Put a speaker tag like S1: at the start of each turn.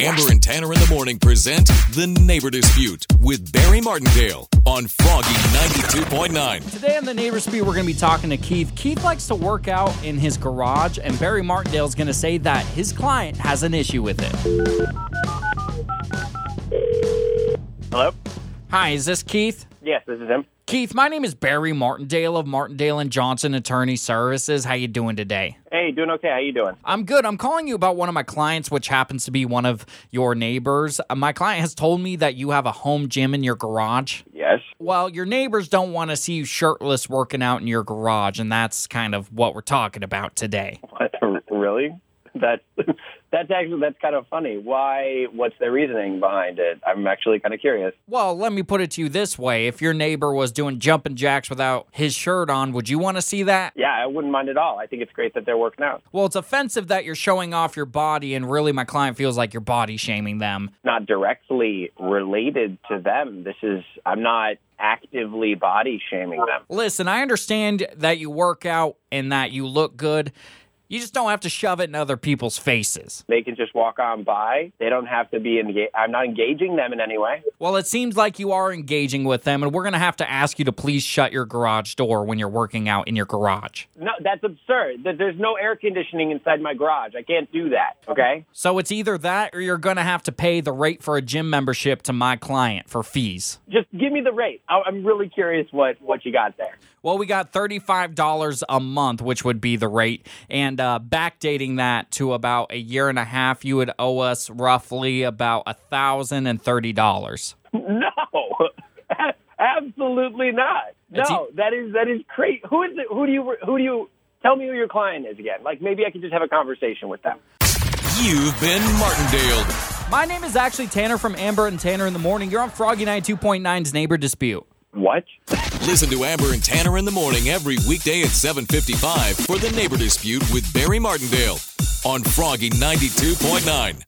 S1: Amber and Tanner in the morning present The Neighbor Dispute with Barry Martindale on Froggy 92.9.
S2: Today on the Neighbor Speed, we're going to be talking to Keith. Keith likes to work out in his garage, and Barry Martindale's going to say that his client has an issue with it.
S3: Hello?
S2: Hi, is this Keith?
S3: Yes, this is him.
S2: Keith, my name is Barry Martindale of Martindale and Johnson Attorney Services. How you doing today?
S3: Hey, doing okay? How you doing?
S2: I'm good. I'm calling you about one of my clients, which happens to be one of your neighbors. Uh, My client has told me that you have a home gym in your garage.
S3: Yes.
S2: Well, your neighbors don't want to see you shirtless working out in your garage, and that's kind of what we're talking about today.
S3: What? Really? That's that's actually that's kind of funny. Why? What's the reasoning behind it? I'm actually kind of curious.
S2: Well, let me put it to you this way. If your neighbor was doing jumping jacks without his shirt on, would you want to see that?
S3: Yeah, I wouldn't mind at all. I think it's great that they're working out.
S2: Well, it's offensive that you're showing off your body, and really, my client feels like you're body shaming them.
S3: Not directly related to them. This is I'm not actively body shaming them.
S2: Listen, I understand that you work out and that you look good. You just don't have to shove it in other people's faces.
S3: They can just walk on by. They don't have to be engaged. I'm not engaging them in any way.
S2: Well, it seems like you are engaging with them, and we're going to have to ask you to please shut your garage door when you're working out in your garage.
S3: No, that's absurd. There- There's no air conditioning inside my garage. I can't do that. Okay.
S2: So it's either that or you're going to have to pay the rate for a gym membership to my client for fees.
S3: Just give me the rate. I- I'm really curious what what you got there.
S2: Well, we got $35 a month, which would be the rate. And uh, backdating that to about a year and a half, you would owe us roughly about $1,030.
S3: No, absolutely not.
S2: It's
S3: No, that is that is crazy. Who is it? Who do you who do you tell me who your client is again? Like maybe I could just have a conversation with them.
S1: You've been Martindale.
S2: My name is actually Tanner from Amber and Tanner in the Morning. You're on Froggy 92.9's Neighbor Dispute.
S3: What?
S1: Listen to Amber and Tanner in the morning every weekday at 7.55 for The Neighbor Dispute with Barry Martindale on Froggy 92.9.